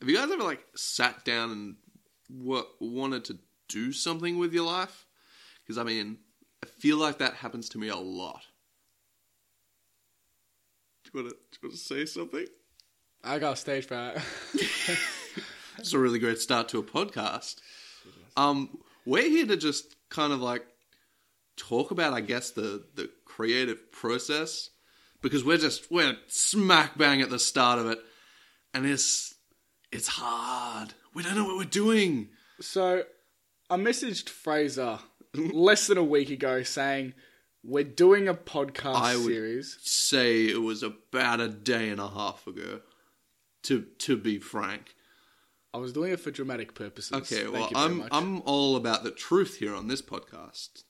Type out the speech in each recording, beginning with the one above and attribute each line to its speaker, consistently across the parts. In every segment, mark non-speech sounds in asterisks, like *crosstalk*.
Speaker 1: Have you guys ever like sat down and wa- wanted to do something with your life? Because I mean, I feel like that happens to me a lot. Do you want to say something?
Speaker 2: I got stage fright. *laughs*
Speaker 1: It's a really great start to a podcast. Um, we're here to just kind of like talk about, I guess, the the creative process because we're just we're smack bang at the start of it, and it's it's hard. We don't know what we're doing.
Speaker 2: so, I messaged Fraser less than a week ago saying we're doing a podcast
Speaker 1: I would-
Speaker 2: series.
Speaker 1: Say it was about a day and a half ago. To to be frank,
Speaker 2: I was doing it for dramatic purposes.
Speaker 1: okay.
Speaker 2: Thank
Speaker 1: well,
Speaker 2: you very
Speaker 1: I'm
Speaker 2: much.
Speaker 1: I'm all about the truth here on this podcast.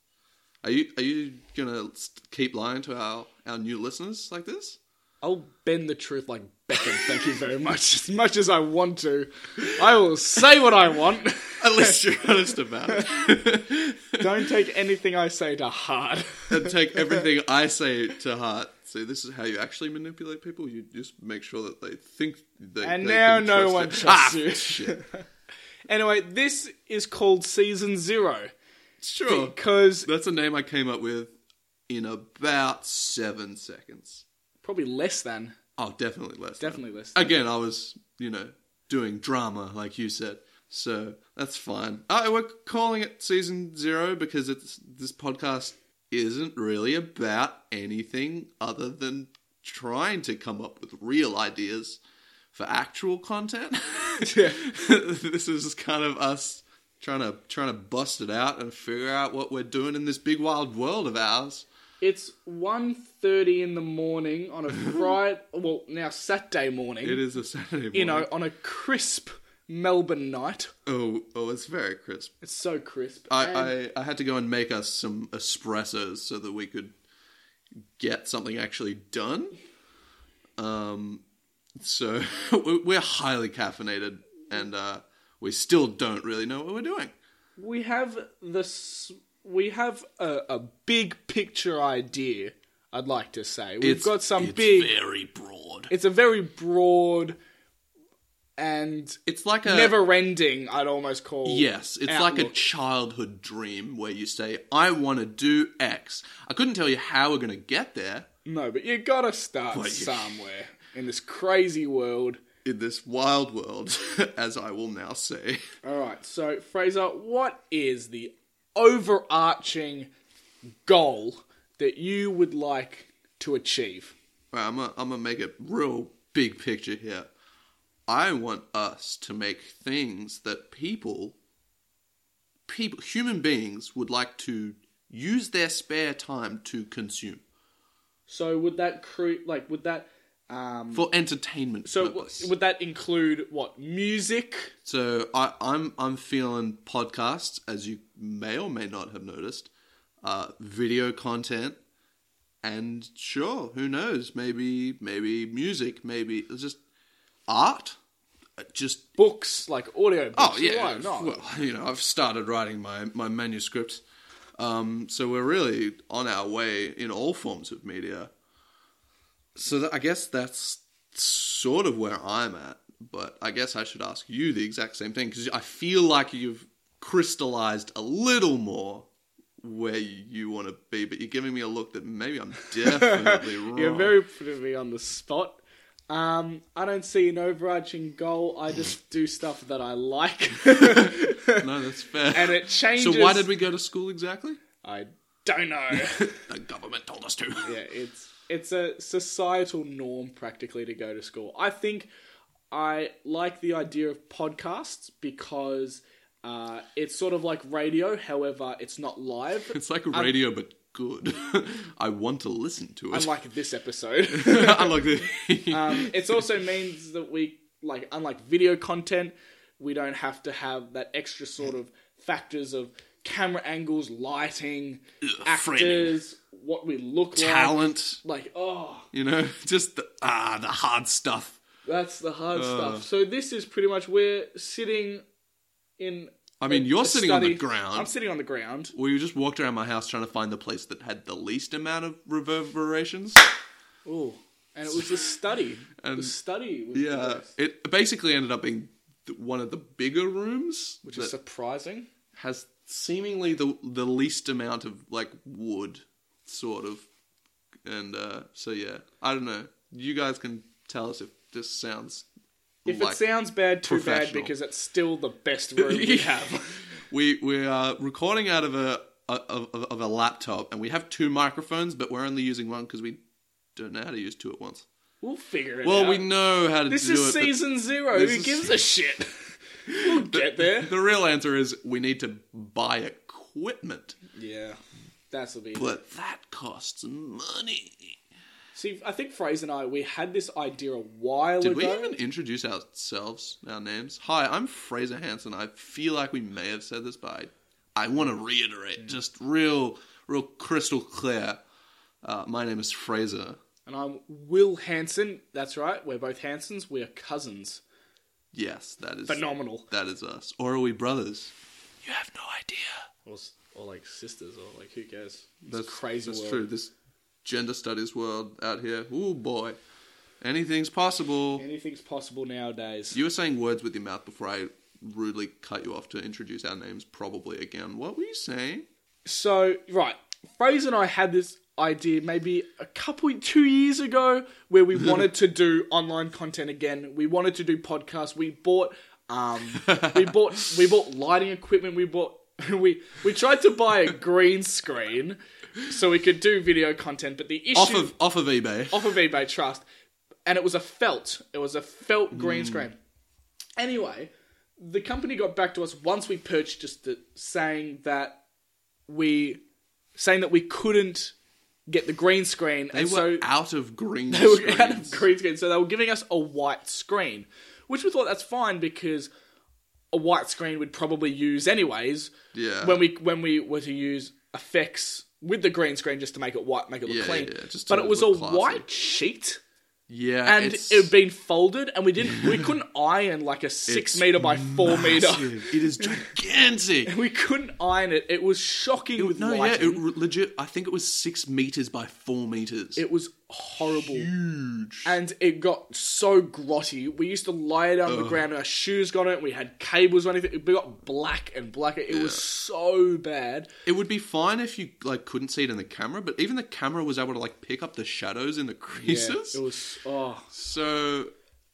Speaker 1: Are you are you gonna st- keep lying to our our new listeners like
Speaker 2: *laughs*
Speaker 1: this?
Speaker 2: I'll bend the truth like Beckham. Thank you very much. *laughs* As much as I want to, I will say what I want. *laughs*
Speaker 1: At least you're honest about it.
Speaker 2: Don't take anything I say to heart. *laughs*
Speaker 1: and take everything I say to heart. See, this is how you actually manipulate people. You just make sure that they think they.
Speaker 2: And
Speaker 1: they
Speaker 2: now
Speaker 1: can
Speaker 2: no
Speaker 1: trust
Speaker 2: one
Speaker 1: it.
Speaker 2: trusts
Speaker 1: Ah,
Speaker 2: you. *laughs*
Speaker 1: Shit.
Speaker 2: Anyway, this is called season zero
Speaker 1: Sure.
Speaker 2: because
Speaker 1: That's a name I came up with in about seven seconds.
Speaker 2: probably less than
Speaker 1: Oh, definitely less. than-
Speaker 2: definitely less. Than.
Speaker 1: Again, I was, you know, doing drama, like you said. So that's fine. Uh, we're calling it season zero because it's this podcast isn't really about anything other than trying to come up with real ideas for actual content.
Speaker 2: *laughs*
Speaker 1: *laughs*
Speaker 2: Yeah.
Speaker 1: this is kind of us trying to trying to bust it out and figure out what we're doing in this big wild world of ours.
Speaker 2: It's 1.30 in the
Speaker 1: *laughs*
Speaker 2: morning on a Friday, well now Saturday morning.
Speaker 1: It is a Saturday morning.
Speaker 2: You know, on a crisp Melbourne night.
Speaker 1: oh, oh, it's very crisp.
Speaker 2: It's so crisp. And
Speaker 1: I, I, I had to go and make us some espressos so that we could get something actually done. Um, so *laughs* we- we're highly caffeinated, and uh, we still don't really know what we're doing.
Speaker 2: we have this. We have a, a big picture idea. I'd like to say we've
Speaker 1: It's-
Speaker 2: got some
Speaker 1: it's
Speaker 2: big.
Speaker 1: very broad.
Speaker 2: It's a very broad and
Speaker 1: It's like a
Speaker 2: never-ending. I'd almost call.
Speaker 1: Yes, it's like a
Speaker 2: outlook.
Speaker 1: childhood dream where you say, "I want to do X." I couldn't tell you how we're going to get there
Speaker 2: No, but you gotta start
Speaker 1: Well, you-
Speaker 2: somewhere in this crazy world.
Speaker 1: in this wild world, *laughs* as I will now say.
Speaker 2: All right, so Fraser, what is the overarching goal that you would like to achieve?
Speaker 1: Right, I'm gonna I'm gonna make a real big picture here. I want us to make things that people, people, human beings would like to use their spare time to consume
Speaker 2: So would that create like would that um
Speaker 1: for entertainment.
Speaker 2: so w-
Speaker 1: purpose.
Speaker 2: would that include what music?
Speaker 1: So I, I'm I'm feeling podcasts, as you may or may not have noticed, uh, video content, and sure, who knows? Maybe maybe music, maybe it's just art, Uh, just
Speaker 2: Books like audio books.
Speaker 1: oh yeah.
Speaker 2: why not?
Speaker 1: Well, you know, I've started writing my my manuscript, um, so we're really on our way in all forms of media. So that, I guess that's sort of where I'm at, but I guess I should ask you the exact same thing because I feel like you've crystallized a little more where you want to be, but you're giving me a look that maybe
Speaker 2: *laughs*
Speaker 1: I'm definitely wrong.
Speaker 2: You're very putting me on the spot. Um, I don't see an overarching goal. I just do stuff that I like, *laughs* and
Speaker 1: no, that's fair.
Speaker 2: it changes.
Speaker 1: so why did we go to school
Speaker 2: *laughs*
Speaker 1: exactly?
Speaker 2: I don't know. *laughs*
Speaker 1: The government told us to.
Speaker 2: yeah, it's it's a societal norm practically to go to school. I think I like the idea of podcasts because uh, it's sort of like radio. However, it's not live.
Speaker 1: *laughs* It's like radio, but good. *laughs* I want to listen to it. *laughs*
Speaker 2: Unlike this episode.
Speaker 1: Unlike the.
Speaker 2: *laughs*
Speaker 1: *laughs*
Speaker 2: Um, it also means that we like unlike video content, we don't have to have that extra sort of factors of camera angles, lighting, actors, what we look
Speaker 1: talent,
Speaker 2: like. Like oh,
Speaker 1: you know, *laughs* just the, ah, the hard stuff.
Speaker 2: that's the hard
Speaker 1: Uh.
Speaker 2: stuff. So this is pretty much we're sitting in.
Speaker 1: I mean, you're
Speaker 2: a
Speaker 1: sitting on the
Speaker 2: study-
Speaker 1: ground.
Speaker 2: I'm sitting on the ground.
Speaker 1: we just walked around my house trying to find the place that had the least amount of reverberations.
Speaker 2: Oh, and it was the study. the study. Was the
Speaker 1: Yeah,
Speaker 2: best.
Speaker 1: it basically ended up being th- one of the bigger rooms,
Speaker 2: which is
Speaker 1: that
Speaker 2: surprising.
Speaker 1: has seemingly the the least amount of like wood, sort of. And uh, so yeah, I don't know. You guys can tell us if this sounds.
Speaker 2: If
Speaker 1: like-
Speaker 2: it sounds bad, too bad
Speaker 1: professional.
Speaker 2: because it's still the best
Speaker 1: *laughs*
Speaker 2: room we have.
Speaker 1: we we are recording out of a of, of, of a laptop, and we have two microphones, but we're only using one because we don't know how to use two at once.
Speaker 2: We'll figure it
Speaker 1: Well,
Speaker 2: out.
Speaker 1: we know how to
Speaker 2: this
Speaker 1: do
Speaker 2: is
Speaker 1: it. but
Speaker 2: season zero. Who
Speaker 1: this is-
Speaker 2: gives a shit? *laughs*
Speaker 1: *laughs*
Speaker 2: we'll get there.
Speaker 1: The real answer is we need to buy equipment,
Speaker 2: Yeah, that's will be.
Speaker 1: but that costs money.
Speaker 2: See, I think Fraser and I we had this idea a while
Speaker 1: Did
Speaker 2: ago.
Speaker 1: we even introduce ourselves, our names? Hi, I'm Fraser Hanson. I feel like we may have said this, but I, I want to reiterate, just real, real crystal clear. Uh, my name is Fraser.
Speaker 2: And I'm Will Hanson. That's right. We're both Hansons. We are cousins.
Speaker 1: Yes, that is
Speaker 2: Phenomenal.
Speaker 1: That is us. Or are we brothers? You have no idea.
Speaker 2: Or, s- or like sisters, or like who cares? It's
Speaker 1: That's
Speaker 2: crazy.
Speaker 1: That's
Speaker 2: world.
Speaker 1: true. This gender studies world out here. Ooh boy, anything's possible.
Speaker 2: Anything's possible nowadays.
Speaker 1: You were saying words with your mouth before I rudely cut you off to introduce our names. Probably again. What were you saying?
Speaker 2: So, right, Fraser and I had this idea maybe a couple, two years ago,
Speaker 1: *laughs*
Speaker 2: where we wanted to do online content again. We wanted to do podcasts. We bought, um,
Speaker 1: *laughs*
Speaker 2: we bought, we bought lighting equipment. We bought, *laughs* we we tried to buy a green screen so we could do video content. But the issue
Speaker 1: Off of off of eBay.
Speaker 2: *laughs* off of eBay Trust, and it was a felt. It was a felt green
Speaker 1: Hmm.
Speaker 2: screen. Anyway, the company got back to us once we purchased it, saying that we saying that we couldn't get the green screen,
Speaker 1: They
Speaker 2: and
Speaker 1: were
Speaker 2: so
Speaker 1: out of green.
Speaker 2: they were out of
Speaker 1: screens.
Speaker 2: green screen. So they were giving us a white screen, which we thought that's fine because a white screen we'd probably use anyways.
Speaker 1: Yeah.
Speaker 2: When we when we were to use effects with the green screen just to make it white, make it look
Speaker 1: Yeah,
Speaker 2: clean.
Speaker 1: yeah, yeah, just to
Speaker 2: but it was a
Speaker 1: look classy.
Speaker 2: white sheet
Speaker 1: Yeah,
Speaker 2: and
Speaker 1: it's-
Speaker 2: it had been folded, and we didn't
Speaker 1: *laughs*
Speaker 2: we couldn't iron like a six
Speaker 1: It's
Speaker 2: meter by four meter.
Speaker 1: Massive. It is gigantic.
Speaker 2: *laughs* We couldn't iron it. It was shocking *laughs* with
Speaker 1: no, yeah,
Speaker 2: lighting.
Speaker 1: it re- legit. I think it was six meters by four meters.
Speaker 2: It was horrible.
Speaker 1: huge.
Speaker 2: And it got so grotty. We used to lie down on the ground, and our shoes got on it, we had cables or anything. It got black and blacker. It was so bad.
Speaker 1: It would be fine if you like couldn't see it in the camera, but even the camera was able to like pick up the shadows in the creases.
Speaker 2: Yeah, it was oh
Speaker 1: *laughs* So,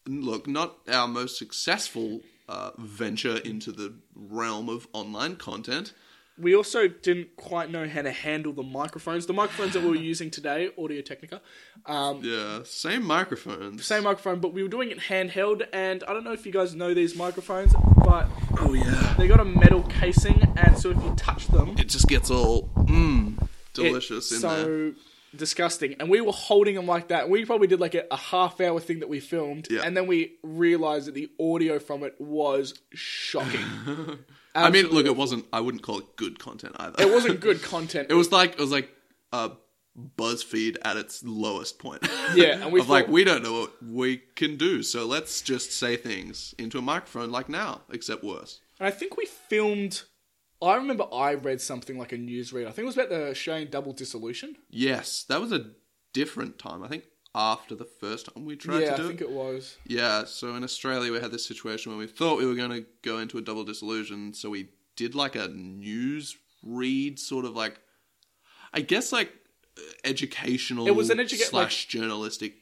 Speaker 1: look, not our most successful uh, venture into the realm of online content.
Speaker 2: We also didn't quite know how to handle the microphones. The microphones that we were using today, Audio Technica, um,
Speaker 1: Yeah, same microphones.
Speaker 2: same microphone, but we were doing it handheld. And I don't know if you guys know these microphones, but
Speaker 1: Oh yeah,
Speaker 2: they got a metal casing, and so if you touch them,
Speaker 1: it just gets all mmm delicious
Speaker 2: It-
Speaker 1: in
Speaker 2: so
Speaker 1: there.
Speaker 2: disgusting. And we were holding them like that. We probably did like a, a half hour thing that we filmed,
Speaker 1: Yeah.
Speaker 2: and then we realized that the audio from it was
Speaker 1: *sighs*
Speaker 2: shocking.
Speaker 1: I mean, look, it wasn't. I wouldn't call it good content either.
Speaker 2: it wasn't good content.
Speaker 1: *laughs* It was like it was like uh, BuzzFeed at its lowest point.
Speaker 2: Yeah, and
Speaker 1: *laughs*
Speaker 2: we
Speaker 1: Of like
Speaker 2: thought-
Speaker 1: we don't know what we can do, so let's just say things into a microphone like now, except worse.
Speaker 2: and I think we filmed. I remember I read something like a newsread. I think it was about the Australian double dissolution.
Speaker 1: Yes, that was a different time. I think after the first time we tried
Speaker 2: yeah, I
Speaker 1: to do
Speaker 2: think
Speaker 1: it.
Speaker 2: it was.
Speaker 1: Yeah, so in Australia we had this situation where we thought we were going to go into a double disillusion, so we did like a news read sort of like I guess like uh, educational
Speaker 2: It was an educa- like-
Speaker 1: slash journalistic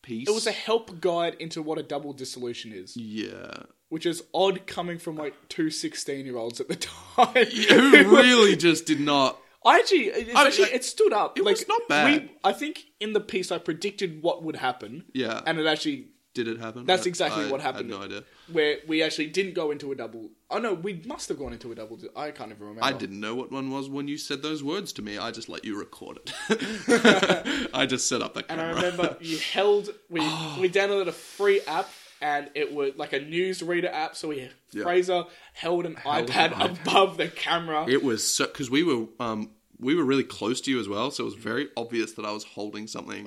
Speaker 1: piece.
Speaker 2: It was a help guide into what a double dissolution is,
Speaker 1: Yeah.
Speaker 2: which is odd coming from like two 16 year olds at the *laughs* time.
Speaker 1: Who really just did not.
Speaker 2: I actually, it's
Speaker 1: I-
Speaker 2: actually- it stood up.
Speaker 1: it was not bad.
Speaker 2: We, I think in the piece I predicted what would happen.
Speaker 1: Yeah.
Speaker 2: and it actually
Speaker 1: Did it happen?
Speaker 2: That's
Speaker 1: I-
Speaker 2: exactly
Speaker 1: I
Speaker 2: what happened.
Speaker 1: had no idea.
Speaker 2: where we actually didn't go into a double. Oh no, we must have gone into a double. I can't even remember.
Speaker 1: I didn't know what one was when you said those words to me. I just let you record
Speaker 2: *laughs*
Speaker 1: it. *laughs* I just set up the
Speaker 2: And I
Speaker 1: camera.
Speaker 2: remember you held *sighs* we we downloaded a free app. And it was like a newsreader app, so we Fraser held an iPad above the camera.
Speaker 1: It was so because we were um we were really close to you as well, so it was very obvious that I was holding something.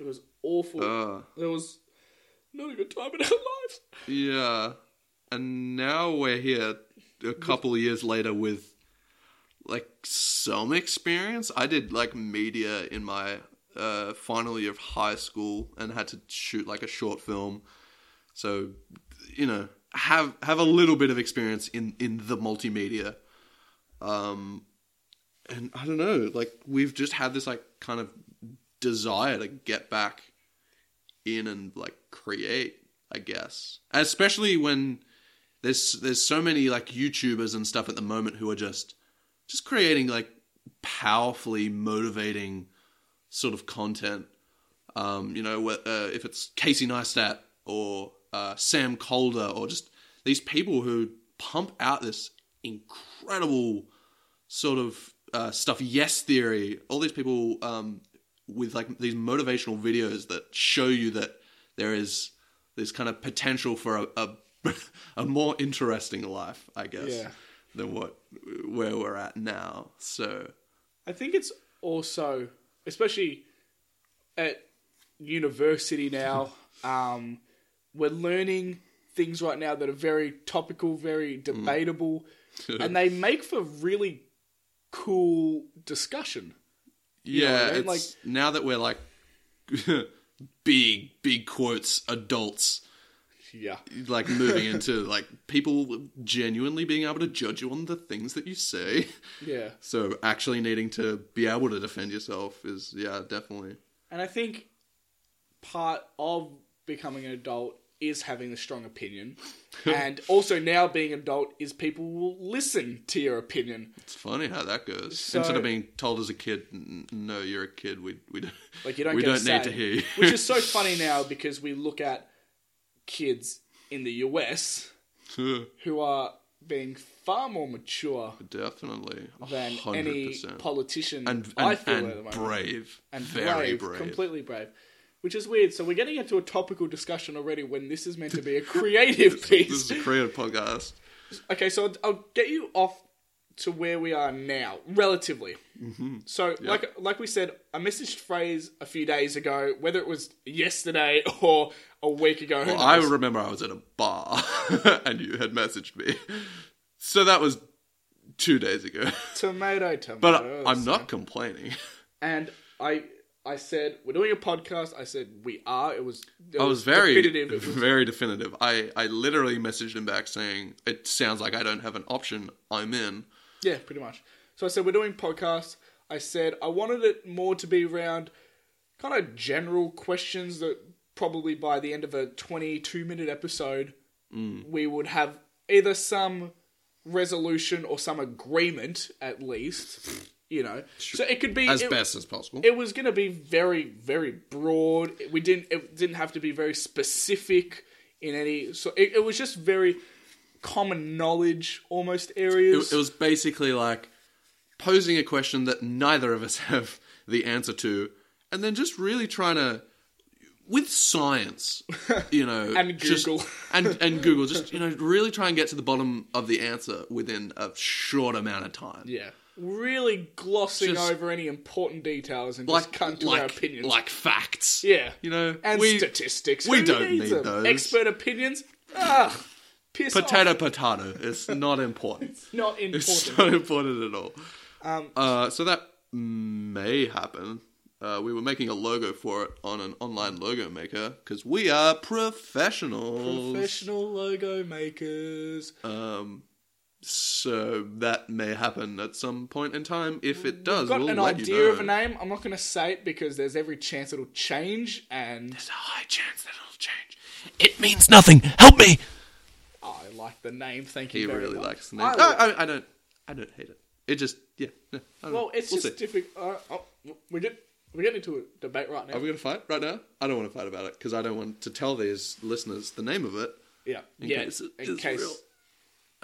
Speaker 2: It was awful.
Speaker 1: Uh.
Speaker 2: There was not a good time in our lives.
Speaker 1: Yeah, and now we're here a couple of years later with like some experience. I did like media in my uh, final year of high school and had to shoot like a short film. So you know, have have a little bit of experience in in the multimedia. Um, and I don't know, like we've just had this like kind of desire to get back in and like create, I guess. Especially when there's there's so many like YouTubers and stuff at the moment who are just just creating like powerfully motivating sort of content. Um, you know, wh- uh, if it's Casey Neistat or uh, Sam Calder or just these people who pump out this incredible sort of uh, stuff. Yes Theory, all these people um, with like these motivational videos that show you that there is this kind of potential for a a, *laughs* a more interesting life, I guess,
Speaker 2: Yeah.
Speaker 1: than what where we're at now. So
Speaker 2: I think it's also, especially at university now, um, we're learning things right now that are very topical, very debatable, and they make for really cool discussion. know what
Speaker 1: yeah,
Speaker 2: I mean?
Speaker 1: it's, now that we're like *laughs* big big quotes adults
Speaker 2: Yeah.
Speaker 1: like
Speaker 2: *laughs*
Speaker 1: moving into like people genuinely being able to judge you on the things that you say *laughs*
Speaker 2: Yeah.
Speaker 1: So actually needing to be able to defend yourself is yeah, definitely.
Speaker 2: And I think part of becoming an adult is having a strong opinion. and also now being an adult is people will listen to your opinion.
Speaker 1: It's funny how that goes.
Speaker 2: So-
Speaker 1: Instead of being told as a kid, "N- no, you're a kid. We we don't
Speaker 2: Like you don't
Speaker 1: we
Speaker 2: get
Speaker 1: don't
Speaker 2: a
Speaker 1: need
Speaker 2: say.
Speaker 1: to hear you.
Speaker 2: *laughs* which is so
Speaker 1: *laughs*
Speaker 2: funny now because we look at kids in the US who are being far more mature
Speaker 1: *laughs* definitely a
Speaker 2: *laughs* than
Speaker 1: hundred
Speaker 2: any
Speaker 1: percent
Speaker 2: politician
Speaker 1: and
Speaker 2: I
Speaker 1: and,
Speaker 2: feel at the
Speaker 1: and
Speaker 2: moment.
Speaker 1: brave
Speaker 2: And
Speaker 1: very
Speaker 2: brave, completely brave. Which is weird. So we're getting into a topical discussion already when this is meant
Speaker 1: *laughs*
Speaker 2: to be a creative piece.
Speaker 1: This is a creative podcast.
Speaker 2: Okay, so I'll, I'll get you off to where we are now, relatively.
Speaker 1: Mm-hmm.
Speaker 2: So, like like we said, I messaged phrase a few days ago, whether it was yesterday *laughs* or a week ago. who
Speaker 1: Well, I
Speaker 2: knows?
Speaker 1: remember I was at a bar *laughs* and you had messaged me, so that was two days ago. *laughs*
Speaker 2: tomato, tomato.
Speaker 1: But I'm not complaining.
Speaker 2: And I I said we're doing a podcast. I said we are. It was. It
Speaker 1: I was very
Speaker 2: definitive. It was-
Speaker 1: very definitive. I, I literally messaged him back saying, "It sounds like I don't have an option. I'm in."
Speaker 2: yeah, pretty much. So I said we're doing podcasts. I said I wanted it more to be around kind of general questions that probably by the end of a 22 minute episode
Speaker 1: Mm.
Speaker 2: we would have either some resolution or some agreement at least you know so it could be
Speaker 1: As
Speaker 2: it-
Speaker 1: best as possible.
Speaker 2: it was going to be very very broad we didn't it didn't have to be very specific in any so it, it was just very common knowledge almost areas
Speaker 1: it, it was basically like posing a question that neither of us *laughs* have the answer to, and then just really trying to, with
Speaker 2: *laughs*
Speaker 1: science, you know,
Speaker 2: And
Speaker 1: just-
Speaker 2: Google.
Speaker 1: and and Google,
Speaker 2: *laughs*
Speaker 1: just you know, really try and get to the bottom of the answer within a short amount of time.
Speaker 2: yeah really glossing
Speaker 1: Just-
Speaker 2: over any important details and just
Speaker 1: like
Speaker 2: come to
Speaker 1: like,
Speaker 2: our opinions
Speaker 1: like facts.
Speaker 2: yeah
Speaker 1: you know,
Speaker 2: and
Speaker 1: we-
Speaker 2: statistics
Speaker 1: we
Speaker 2: Who
Speaker 1: don't
Speaker 2: needs
Speaker 1: need
Speaker 2: them?
Speaker 1: those.
Speaker 2: expert opinions ah piss
Speaker 1: potato
Speaker 2: off.
Speaker 1: potato. It's not
Speaker 2: *laughs*
Speaker 1: important. *laughs*
Speaker 2: not important Um,
Speaker 1: It's not important at all. uh, so that may happen. Uh, we were making a logo for it on an online logo maker because we are professionals.
Speaker 2: professional logo makers
Speaker 1: so that may happen at some point in time. If it does,
Speaker 2: Mm, got
Speaker 1: we'll
Speaker 2: an
Speaker 1: let
Speaker 2: idea
Speaker 1: you know.
Speaker 2: of a name i'm not going to say it because there's every chance it'll change and
Speaker 1: There's a high chance that it'll change.
Speaker 3: It means nothing. Help me.
Speaker 2: Oh, I like the name. Thank
Speaker 1: He
Speaker 2: you. very
Speaker 1: really
Speaker 2: much.
Speaker 1: likes the name. Ah,
Speaker 2: I
Speaker 1: No,
Speaker 2: like-
Speaker 1: I, I, don't. I don't hate it. It just yeah. no, I don't know.
Speaker 2: well, it's
Speaker 1: ah, we'll
Speaker 2: just
Speaker 1: see.
Speaker 2: difficult. Uh, oh, we get we're getting into a debate right now.
Speaker 1: Are we gonna fight right now? I don't want to fight about it because I don't want to tell these listeners the name of it.
Speaker 2: yeah,
Speaker 1: in
Speaker 2: yeah.
Speaker 1: case it
Speaker 2: in
Speaker 1: is
Speaker 2: case,
Speaker 1: real.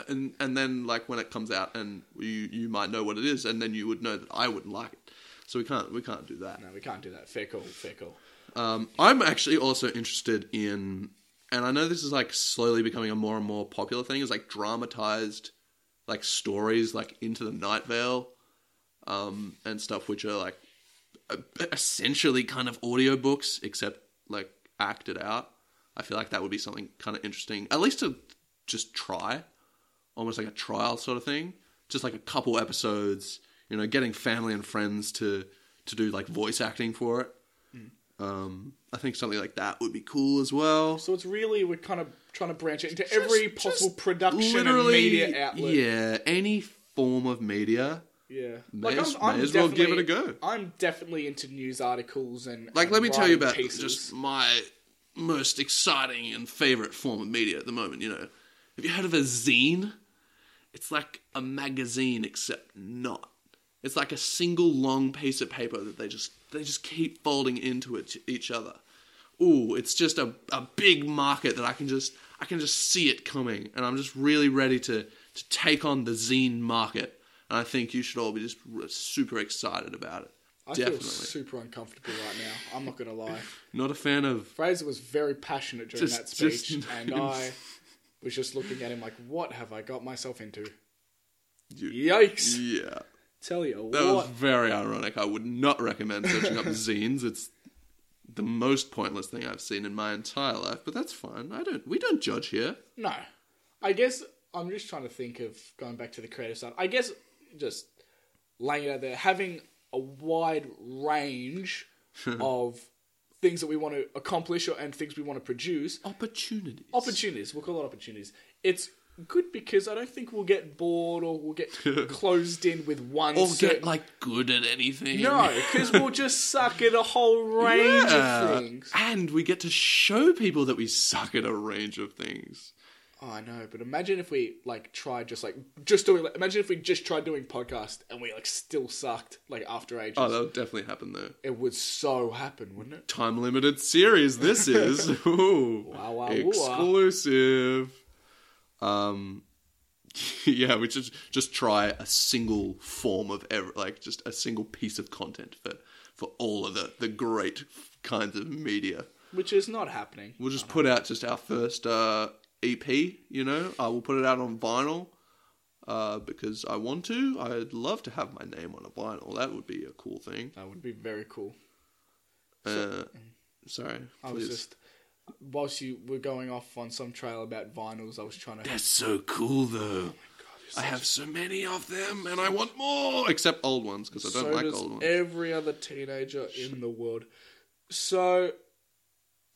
Speaker 1: and and then like when it comes out and you you might know what it is and then you would know that I wouldn't like it. So we can't we can't do that.
Speaker 2: no, we can't do that. Fair call. Fair call.
Speaker 1: Um, I'm actually also interested in and I know this is like slowly becoming a more and more popular thing is like dramatized like stories like Into the Night Vale um, and stuff which are like e- essentially kind of audiobooks except like acted out. I feel like that would be something kind of interesting at least to just try almost like a trial sort of thing, just like a couple
Speaker 2: Mm.
Speaker 1: episodes. You know, getting family and friends to to do like voice acting for it. Um, I think something like that would be cool as well.
Speaker 2: So it's really we're kind of trying to branch it into every
Speaker 1: Just-
Speaker 2: possible
Speaker 1: just
Speaker 2: production and
Speaker 1: literally,
Speaker 2: media outlet.
Speaker 1: Yeah, any form of media.
Speaker 2: Yeah.
Speaker 1: May as- may as well give it a
Speaker 2: definitely-
Speaker 1: go.
Speaker 2: I'm definitely into news articles and
Speaker 1: Like,
Speaker 2: and
Speaker 1: let me tell you
Speaker 2: writing
Speaker 1: about
Speaker 2: pieces.
Speaker 1: just my most exciting and favorite form of media at the moment. You know, have you heard of a zine? It's like a magazine, except not. It's like a single long piece of paper that they just they just keep folding into it, each other. Ooh, it's just a, a big market that I can just I can just see it coming, and I'm just really ready to to take on the zine market. And I think you should all be just r- super excited about it.
Speaker 2: I
Speaker 1: Definitely
Speaker 2: feel super uncomfortable right now. I'm not gonna lie.
Speaker 1: not a fan of
Speaker 2: Fraser was very passionate during
Speaker 1: Just-
Speaker 2: that
Speaker 1: *laughs*
Speaker 2: speech,
Speaker 1: just-
Speaker 2: and I was just looking at him like, "What have I got myself into?"
Speaker 1: You-
Speaker 2: Yikes!
Speaker 1: Yeah.
Speaker 2: Tell you
Speaker 1: That was
Speaker 2: what,
Speaker 1: very ironic. I would not recommend searching up *laughs* zines. It's the most pointless thing I've seen in my entire life, but that's fine. I don't we don't judge here.
Speaker 2: No. I guess I'm just trying to think of going back to the creative side. I guess just laying it out there, having a wide
Speaker 1: *laughs*
Speaker 2: range of things that we want to accomplish or, and things we want to produce.
Speaker 1: Opportunities.
Speaker 2: Opportunities, we'll call it opportunities. It's good because I don't think we'll get bored or
Speaker 1: *laughs*
Speaker 2: we'll get closed in with one.
Speaker 1: or
Speaker 2: certain-
Speaker 1: get like good at anything.
Speaker 2: no, because we'll just suck at a whole range
Speaker 1: Yeah.
Speaker 2: of things.
Speaker 1: And we get to show people that we suck at a range of things.
Speaker 2: Oh, I know, but imagine if we like tried just like just doing. Like, imagine if we just tried doing podcast and we like still sucked like after ages.
Speaker 1: Oh, that would definitely happen though.
Speaker 2: it would so happen, wouldn't it?
Speaker 1: Time limited series this
Speaker 2: *laughs*
Speaker 1: is. Ooh.
Speaker 2: Wow, wow, wow.
Speaker 1: exclusive. Um, *laughs* yeah, we just just try a single form of ever, like just a single piece of content for for all of the the great kinds of media.
Speaker 2: Which is not happening.
Speaker 1: We'll just put out just our first uh, EP. You know, I will put it out on vinyl. Uh, because I want to, I'd love to have my name on a vinyl. That would be a cool thing.
Speaker 2: That would be very cool.
Speaker 1: Uh, sorry,
Speaker 2: I was
Speaker 1: please.
Speaker 2: just whilst you were going off on some trail about vinyls, I was trying to.
Speaker 1: That's so cool,
Speaker 2: Oh
Speaker 1: though. I have so many of them, and I want more. Except old ones, because I
Speaker 2: so
Speaker 1: don't like
Speaker 2: does
Speaker 1: old ones.
Speaker 2: every other teenager in the world. So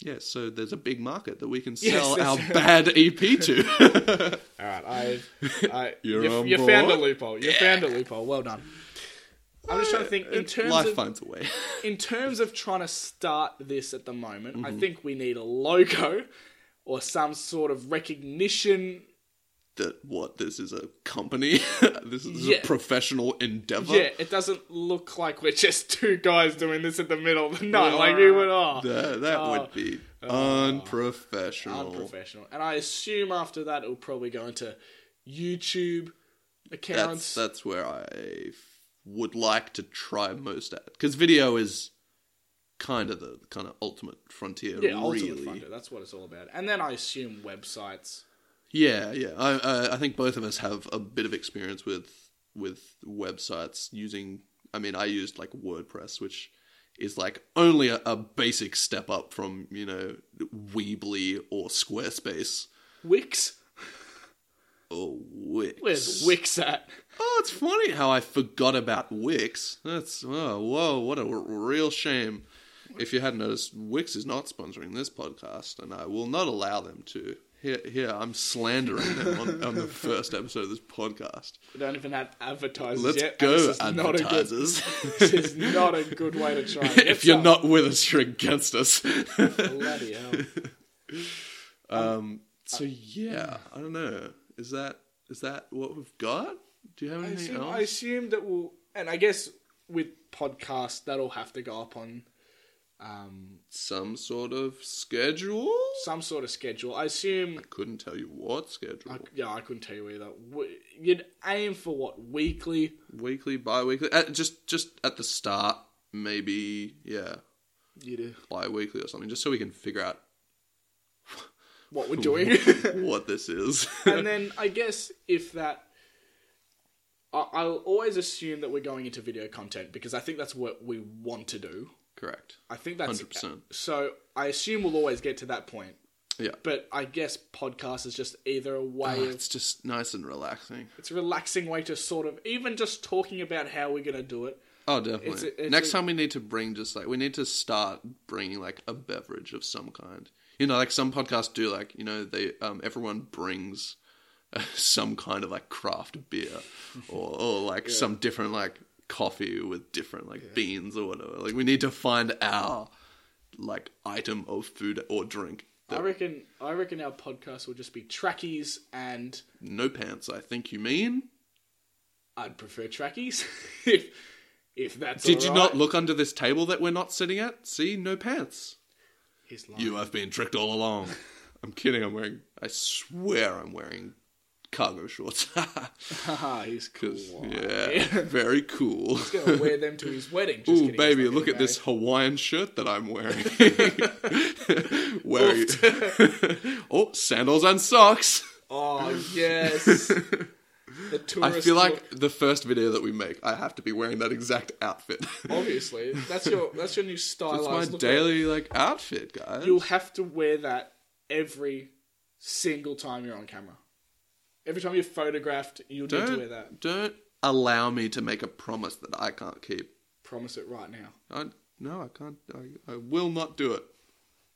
Speaker 1: yeah, so there's a big market that we can
Speaker 2: Yes,
Speaker 1: sell
Speaker 2: that's
Speaker 1: our
Speaker 2: right.
Speaker 1: bad EP
Speaker 2: *laughs*
Speaker 1: to.
Speaker 2: all right, I,
Speaker 1: *laughs*
Speaker 2: I
Speaker 1: You're
Speaker 2: you,
Speaker 1: on
Speaker 2: you found a
Speaker 1: board?
Speaker 2: loophole. You found a loophole. Well done. I'm just trying to think
Speaker 1: *laughs*
Speaker 2: in terms
Speaker 1: Life
Speaker 2: of
Speaker 1: finds a way. *laughs*
Speaker 2: in terms of trying to start this at the moment,
Speaker 1: Mm-hmm.
Speaker 2: I think we need a logo or some sort of recognition.
Speaker 1: that what this is a company. *laughs* this is
Speaker 2: Yeah.
Speaker 1: a professional endeavor.
Speaker 2: Yeah, it doesn't look like we're just two guys doing this at the middle of the night, like we would are.
Speaker 1: That, that would be unprofessional.
Speaker 2: Uh, Unprofessional. And I assume after that it'll probably go into YouTube
Speaker 1: That's
Speaker 2: accounts.
Speaker 1: that's where I f- would like to try most at because video is kind of the kind of ultimate frontier.
Speaker 2: yeah,
Speaker 1: really.
Speaker 2: Ultimate Funder, that's what it's all about. And then I assume websites.
Speaker 1: Yeah, yeah. I, I I think both of us have a bit of experience with with websites using. I mean, I used like WordPress, which is like only a, a basic step up from you know Weebly or Squarespace
Speaker 2: Wix?
Speaker 1: or Wix.
Speaker 2: Where's Wix at?
Speaker 1: Oh, it's funny how I forgot about Wix. That's oh, whoa, what a r- real shame. If you hadn't noticed, Wix is not sponsoring this podcast, and I will not allow them to. Here, here I'm slandering them on, on the first episode of this podcast.
Speaker 2: We don't even have advertisers
Speaker 1: Let's
Speaker 2: yet. and
Speaker 1: go,
Speaker 2: this is not a good-
Speaker 1: advertisers.
Speaker 2: *laughs* This is not a good way to try.
Speaker 1: *laughs*
Speaker 2: and
Speaker 1: if
Speaker 2: get
Speaker 1: you're
Speaker 2: some.
Speaker 1: not with us, you're against
Speaker 2: *laughs*
Speaker 1: us. *laughs*
Speaker 2: bloody hell,
Speaker 1: so yeah, I don't know. Is that is that what we've got? Do you have
Speaker 2: I
Speaker 1: anything
Speaker 2: assume, I
Speaker 1: else?
Speaker 2: assume that we'll, and I guess with podcasts that'll have to go up on um,
Speaker 1: Some sort of schedule.
Speaker 2: some sort of schedule. I assume.
Speaker 1: Couldn't tell you what schedule.
Speaker 2: I, yeah, I couldn't tell you either. W- You'd aim for what weekly?
Speaker 1: weekly, bi-weekly, uh, just just at the start, maybe yeah,
Speaker 2: You'd
Speaker 1: bi-weekly or something, just so we can figure out *laughs*
Speaker 2: what we're doing.
Speaker 1: what this is.
Speaker 2: *laughs* and then I guess if that, I- I'll always assume that we're going into video content because I think that's what we want to do.
Speaker 1: Correct.
Speaker 2: I think that's
Speaker 1: 100%.
Speaker 2: So I assume we'll always get to that point.
Speaker 1: Yeah,
Speaker 2: But I guess podcast is just either a
Speaker 1: Ah,
Speaker 2: way of
Speaker 1: it's just nice and relaxing.
Speaker 2: it's a relaxing way to sort of even just talking about how we're gonna do it.
Speaker 1: Oh, definitely.
Speaker 2: It's a- it's
Speaker 1: Next
Speaker 2: a-
Speaker 1: time we need to bring just like we need to start bringing like a beverage of some kind. You know, like some podcasts do. Like you know, they um everyone brings *laughs* uh, some kind of like craft beer or, or like some different like coffee with different like beans or whatever. Like we need to find our like item of food or drink.
Speaker 2: I reckon. I reckon our podcast will just be trackies, and
Speaker 1: No pants, I think you mean.
Speaker 2: I'd prefer trackies. *laughs* if if that's
Speaker 1: Did you
Speaker 2: all
Speaker 1: not
Speaker 2: right.
Speaker 1: look under this table that we're not sitting at? See, no pants.
Speaker 2: He's lying.
Speaker 1: You have been tricked all along. *laughs* I'm kidding. I'm wearing. I swear I'm wearing cargo shorts.
Speaker 2: *laughs*
Speaker 1: *laughs*
Speaker 2: Haha, he's cool.
Speaker 1: 'Cause, yeah, very cool.
Speaker 2: Gonna wear them to his wedding. Just
Speaker 1: Ooh,
Speaker 2: kidding, he's
Speaker 1: baby,
Speaker 2: not
Speaker 1: look at
Speaker 2: getting
Speaker 1: this Hawaiian shirt that I'm wearing. *laughs*
Speaker 2: *laughs*
Speaker 1: Where are you? *laughs* oh, sandals and socks. *laughs*
Speaker 2: married. Oh yes. the tourist
Speaker 1: I feel like
Speaker 2: look.
Speaker 1: the first video that we make, I have to be wearing that exact outfit. *laughs*
Speaker 2: obviously that's your that's your new
Speaker 1: That's
Speaker 2: stylized.
Speaker 1: my
Speaker 2: look.
Speaker 1: daily like outfit, guys.
Speaker 2: You'll have to wear that every single time you're on camera. Every time you're photographed, you'll need to wear that.
Speaker 1: Don't don't allow me to make a promise that I can't keep.
Speaker 2: Promise it right now.
Speaker 1: I no, I can't. I, I will not do it.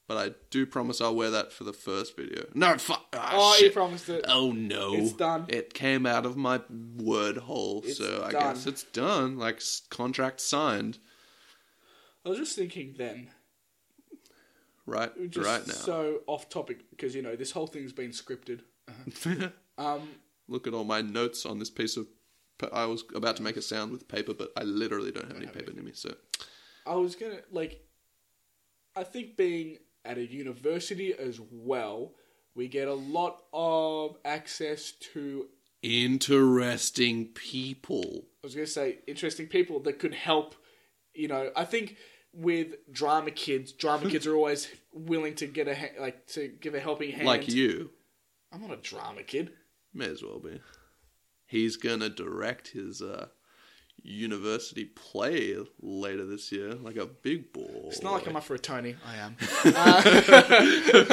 Speaker 1: But I do promise I'll wear that for the first video. No, fuck. Ah,
Speaker 2: Oh,
Speaker 1: shit.
Speaker 2: you promised it.
Speaker 1: Oh no,
Speaker 2: It's done.
Speaker 1: It came out of my word hole, so I
Speaker 2: done.
Speaker 1: guess it's done. Like s- contract signed,
Speaker 2: I was just thinking then,
Speaker 1: right?
Speaker 2: just
Speaker 1: right now.
Speaker 2: so off topic because you know this whole thing's been scripted. Um,
Speaker 1: *laughs* Look at all my notes on this piece of. pa- I was about to make a sound with paper, but I literally don't have any paper near me. So
Speaker 2: I was gonna like, I think being at a university as well, we get a lot of access to.
Speaker 1: interesting people.
Speaker 2: I was gonna say interesting people that could help. You know, I think with drama kids, drama
Speaker 1: *laughs*
Speaker 2: kids are always willing to get a ha- like to give a helping hand.
Speaker 1: Like you,
Speaker 2: I'm not a drama kid.
Speaker 1: May as well be. He's gonna direct his uh, university play later this year, like a big ball.
Speaker 2: It's
Speaker 1: *laughs*
Speaker 2: not like I'm up for a Tony. I am. *laughs*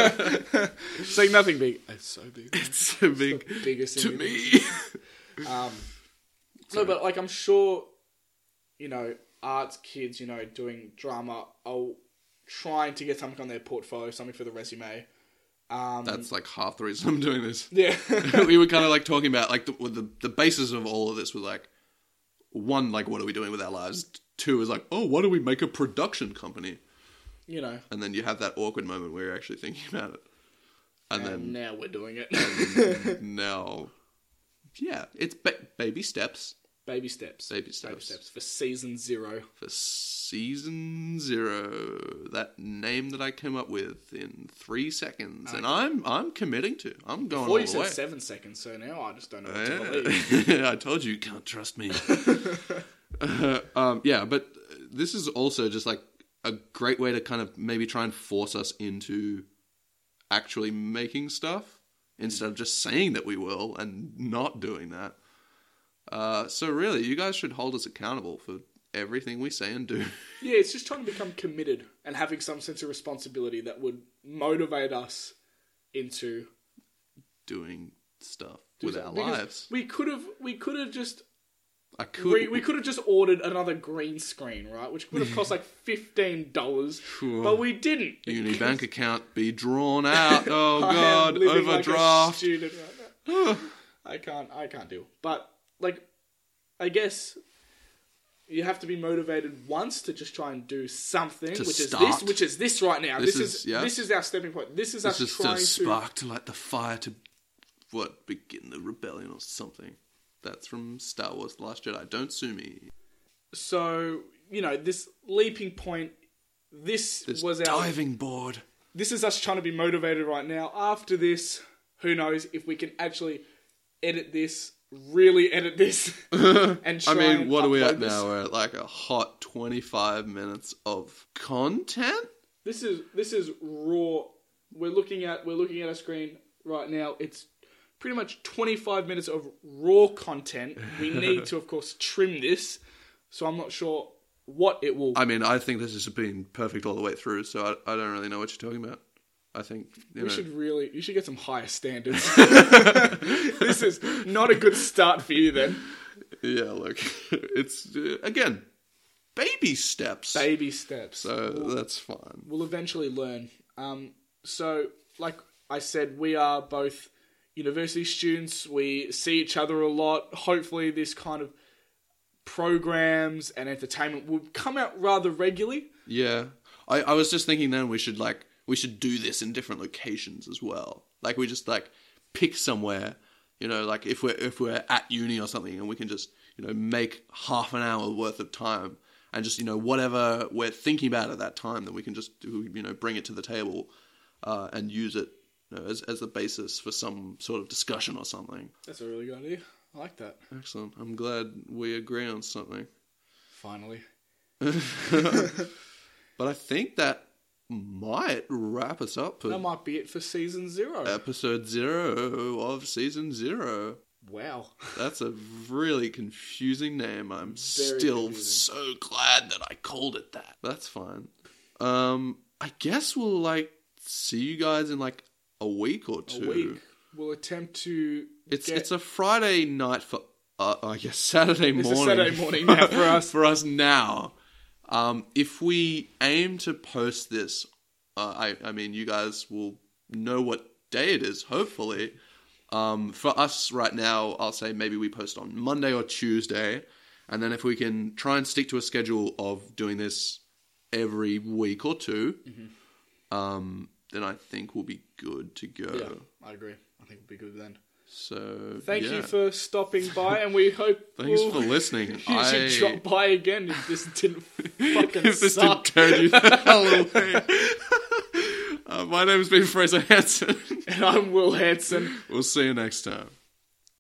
Speaker 2: Saying nothing big. It's so big.
Speaker 1: it's a big
Speaker 2: *laughs* biggest
Speaker 1: to
Speaker 2: thing
Speaker 1: me.
Speaker 2: No, but like I'm sure, you know, arts kids, you know, doing drama, are trying to get something on their portfolio, something for the resume. Um,
Speaker 1: That's like half the reason I'm doing this.
Speaker 2: yeah,
Speaker 1: *laughs* we were kind of like talking about like the, with the the basis of all of this was like one like what are we doing with our lives? Two is like oh why do we make a production company?
Speaker 2: *laughs* you know.
Speaker 1: And then you have that awkward moment where you're actually thinking about it, and then
Speaker 2: And now we're doing it. *laughs*
Speaker 1: no. Yeah, it's ba- baby steps
Speaker 2: Baby steps.
Speaker 1: Baby
Speaker 2: Baby
Speaker 1: steps.
Speaker 2: steps for season zero.
Speaker 1: for season zero. That name that I came up with in three seconds, and I'm I'm committing to. I'm going
Speaker 2: Or
Speaker 1: all
Speaker 2: you
Speaker 1: the
Speaker 2: said
Speaker 1: way.
Speaker 2: seven seconds, so now I just don't know what to
Speaker 1: *laughs*
Speaker 2: believe.
Speaker 1: Yeah. I told you you can't trust
Speaker 2: *laughs*
Speaker 1: me. Uh, um, yeah, but this is also just like a great way to kind of maybe try and force us into actually making stuff instead of just saying that we will and not doing that. Uh, so really, you guys should hold us accountable for everything we say and do.
Speaker 2: Yeah, it's just trying to become committed and having some sense of responsibility that would motivate us into
Speaker 1: doing stuff with our
Speaker 2: Because
Speaker 1: lives.
Speaker 2: We could have we could have just
Speaker 1: I could.
Speaker 2: We, we could have just ordered another green screen, right? Which would have
Speaker 1: *laughs*
Speaker 2: cost like fifteen dollars,
Speaker 1: Sure.
Speaker 2: but we didn't.
Speaker 1: Uni bank account be drawn *laughs* out. Oh
Speaker 2: I am
Speaker 1: god,
Speaker 2: living like a
Speaker 1: overdraft.
Speaker 2: student right now. *sighs* I can't. I can't deal. But like, I guess you have to be motivated once to just try and do something,
Speaker 1: To
Speaker 2: which is
Speaker 1: start.
Speaker 2: this, which is this right now. This,
Speaker 1: This
Speaker 2: is,
Speaker 1: is- yeah.
Speaker 2: this is our stepping point. This is
Speaker 1: It's
Speaker 2: us
Speaker 1: just
Speaker 2: trying
Speaker 1: a
Speaker 2: to.
Speaker 1: spark to light the fire to what begin the rebellion or something. That's from Star Wars: The Last Jedi. Don't sue me.
Speaker 2: So you know this leaping point. This,
Speaker 1: This
Speaker 2: was our
Speaker 1: diving board.
Speaker 2: this is us trying to be motivated right now. After this, who knows if we can actually edit this, really edit this, and
Speaker 1: *laughs*
Speaker 2: try
Speaker 1: I mean,
Speaker 2: and
Speaker 1: what are we
Speaker 2: upload
Speaker 1: at
Speaker 2: this.
Speaker 1: now? We're at like a hot twenty-five minutes of content.
Speaker 2: This is this is raw. We're looking at we're looking at a screen right now. It's pretty much 25 minutes of raw content.
Speaker 1: *laughs*
Speaker 2: We need to, of course, trim this. So I'm not sure what it will.
Speaker 1: I mean, I think this has been perfect all the way through. So I, I don't really know what you're talking about. I think you
Speaker 2: You
Speaker 1: know,
Speaker 2: should really, you should get some
Speaker 1: *laughs*
Speaker 2: higher standards. *laughs* this is not a good start for you, then.
Speaker 1: *laughs* Yeah, look, it's uh, again baby steps.
Speaker 2: Baby steps.
Speaker 1: so that's fine.
Speaker 2: we'll eventually learn. Um, so, like I said, we are both university students. We see each other a lot. Hopefully, this kind of programs and entertainment will come out rather regularly.
Speaker 1: Yeah. I, I was just thinking then we should like we should do this in different locations as well. Like we just like pick somewhere, you know, like if we're if we're at uni or something and we can just, you know, make half an hour worth of time and just, you know, whatever we're thinking about at that time then we can just do, you know, bring it to the table uh, and use it you know, as as the basis for some sort of discussion or something.
Speaker 2: That's a really good idea. I like that.
Speaker 1: Excellent. I'm glad we agree on something.
Speaker 2: Finally.
Speaker 1: But I think that might wrap us up for
Speaker 2: That might be it for season zero.
Speaker 1: episode zero of season zero.
Speaker 2: Wow.
Speaker 1: That's a really confusing name. I'm
Speaker 2: Very
Speaker 1: still
Speaker 2: confusing.
Speaker 1: so glad that I called it that. That's fine. Um, I guess we'll like see you guys in like a week or
Speaker 2: A
Speaker 1: two.
Speaker 2: week. We'll attempt to.
Speaker 1: It's
Speaker 2: get-
Speaker 1: it's a Friday night for uh, I guess *laughs* Saturday
Speaker 2: It's a
Speaker 1: morning.
Speaker 2: Saturday morning now
Speaker 1: *laughs*
Speaker 2: for us.
Speaker 1: for us now. Um, if we aim to post this, uh, I I mean you guys will know what day it is. Hopefully, um, for us right now, I'll say maybe we post on Monday or Tuesday, and then if we can try and stick to a schedule of doing this every week or 2 um, then I think we'll be good to go.
Speaker 2: Mm-hmm. Yeah, I agree. I think we'll be good then.
Speaker 1: So
Speaker 2: Thank
Speaker 1: yeah.
Speaker 2: you for stopping by, and we hope.
Speaker 1: *laughs* Thanks
Speaker 2: we'll-
Speaker 1: for listening.
Speaker 2: *laughs* You
Speaker 1: I, *laughs*
Speaker 2: should drop by again if this didn't fucking
Speaker 1: if this
Speaker 2: suck.
Speaker 1: didn't turn you the hell away. *laughs* uh, my name's been Fraser Hanson.
Speaker 2: *laughs*
Speaker 1: *laughs*
Speaker 2: and I'm Will Hanson.
Speaker 1: we'll see you next time.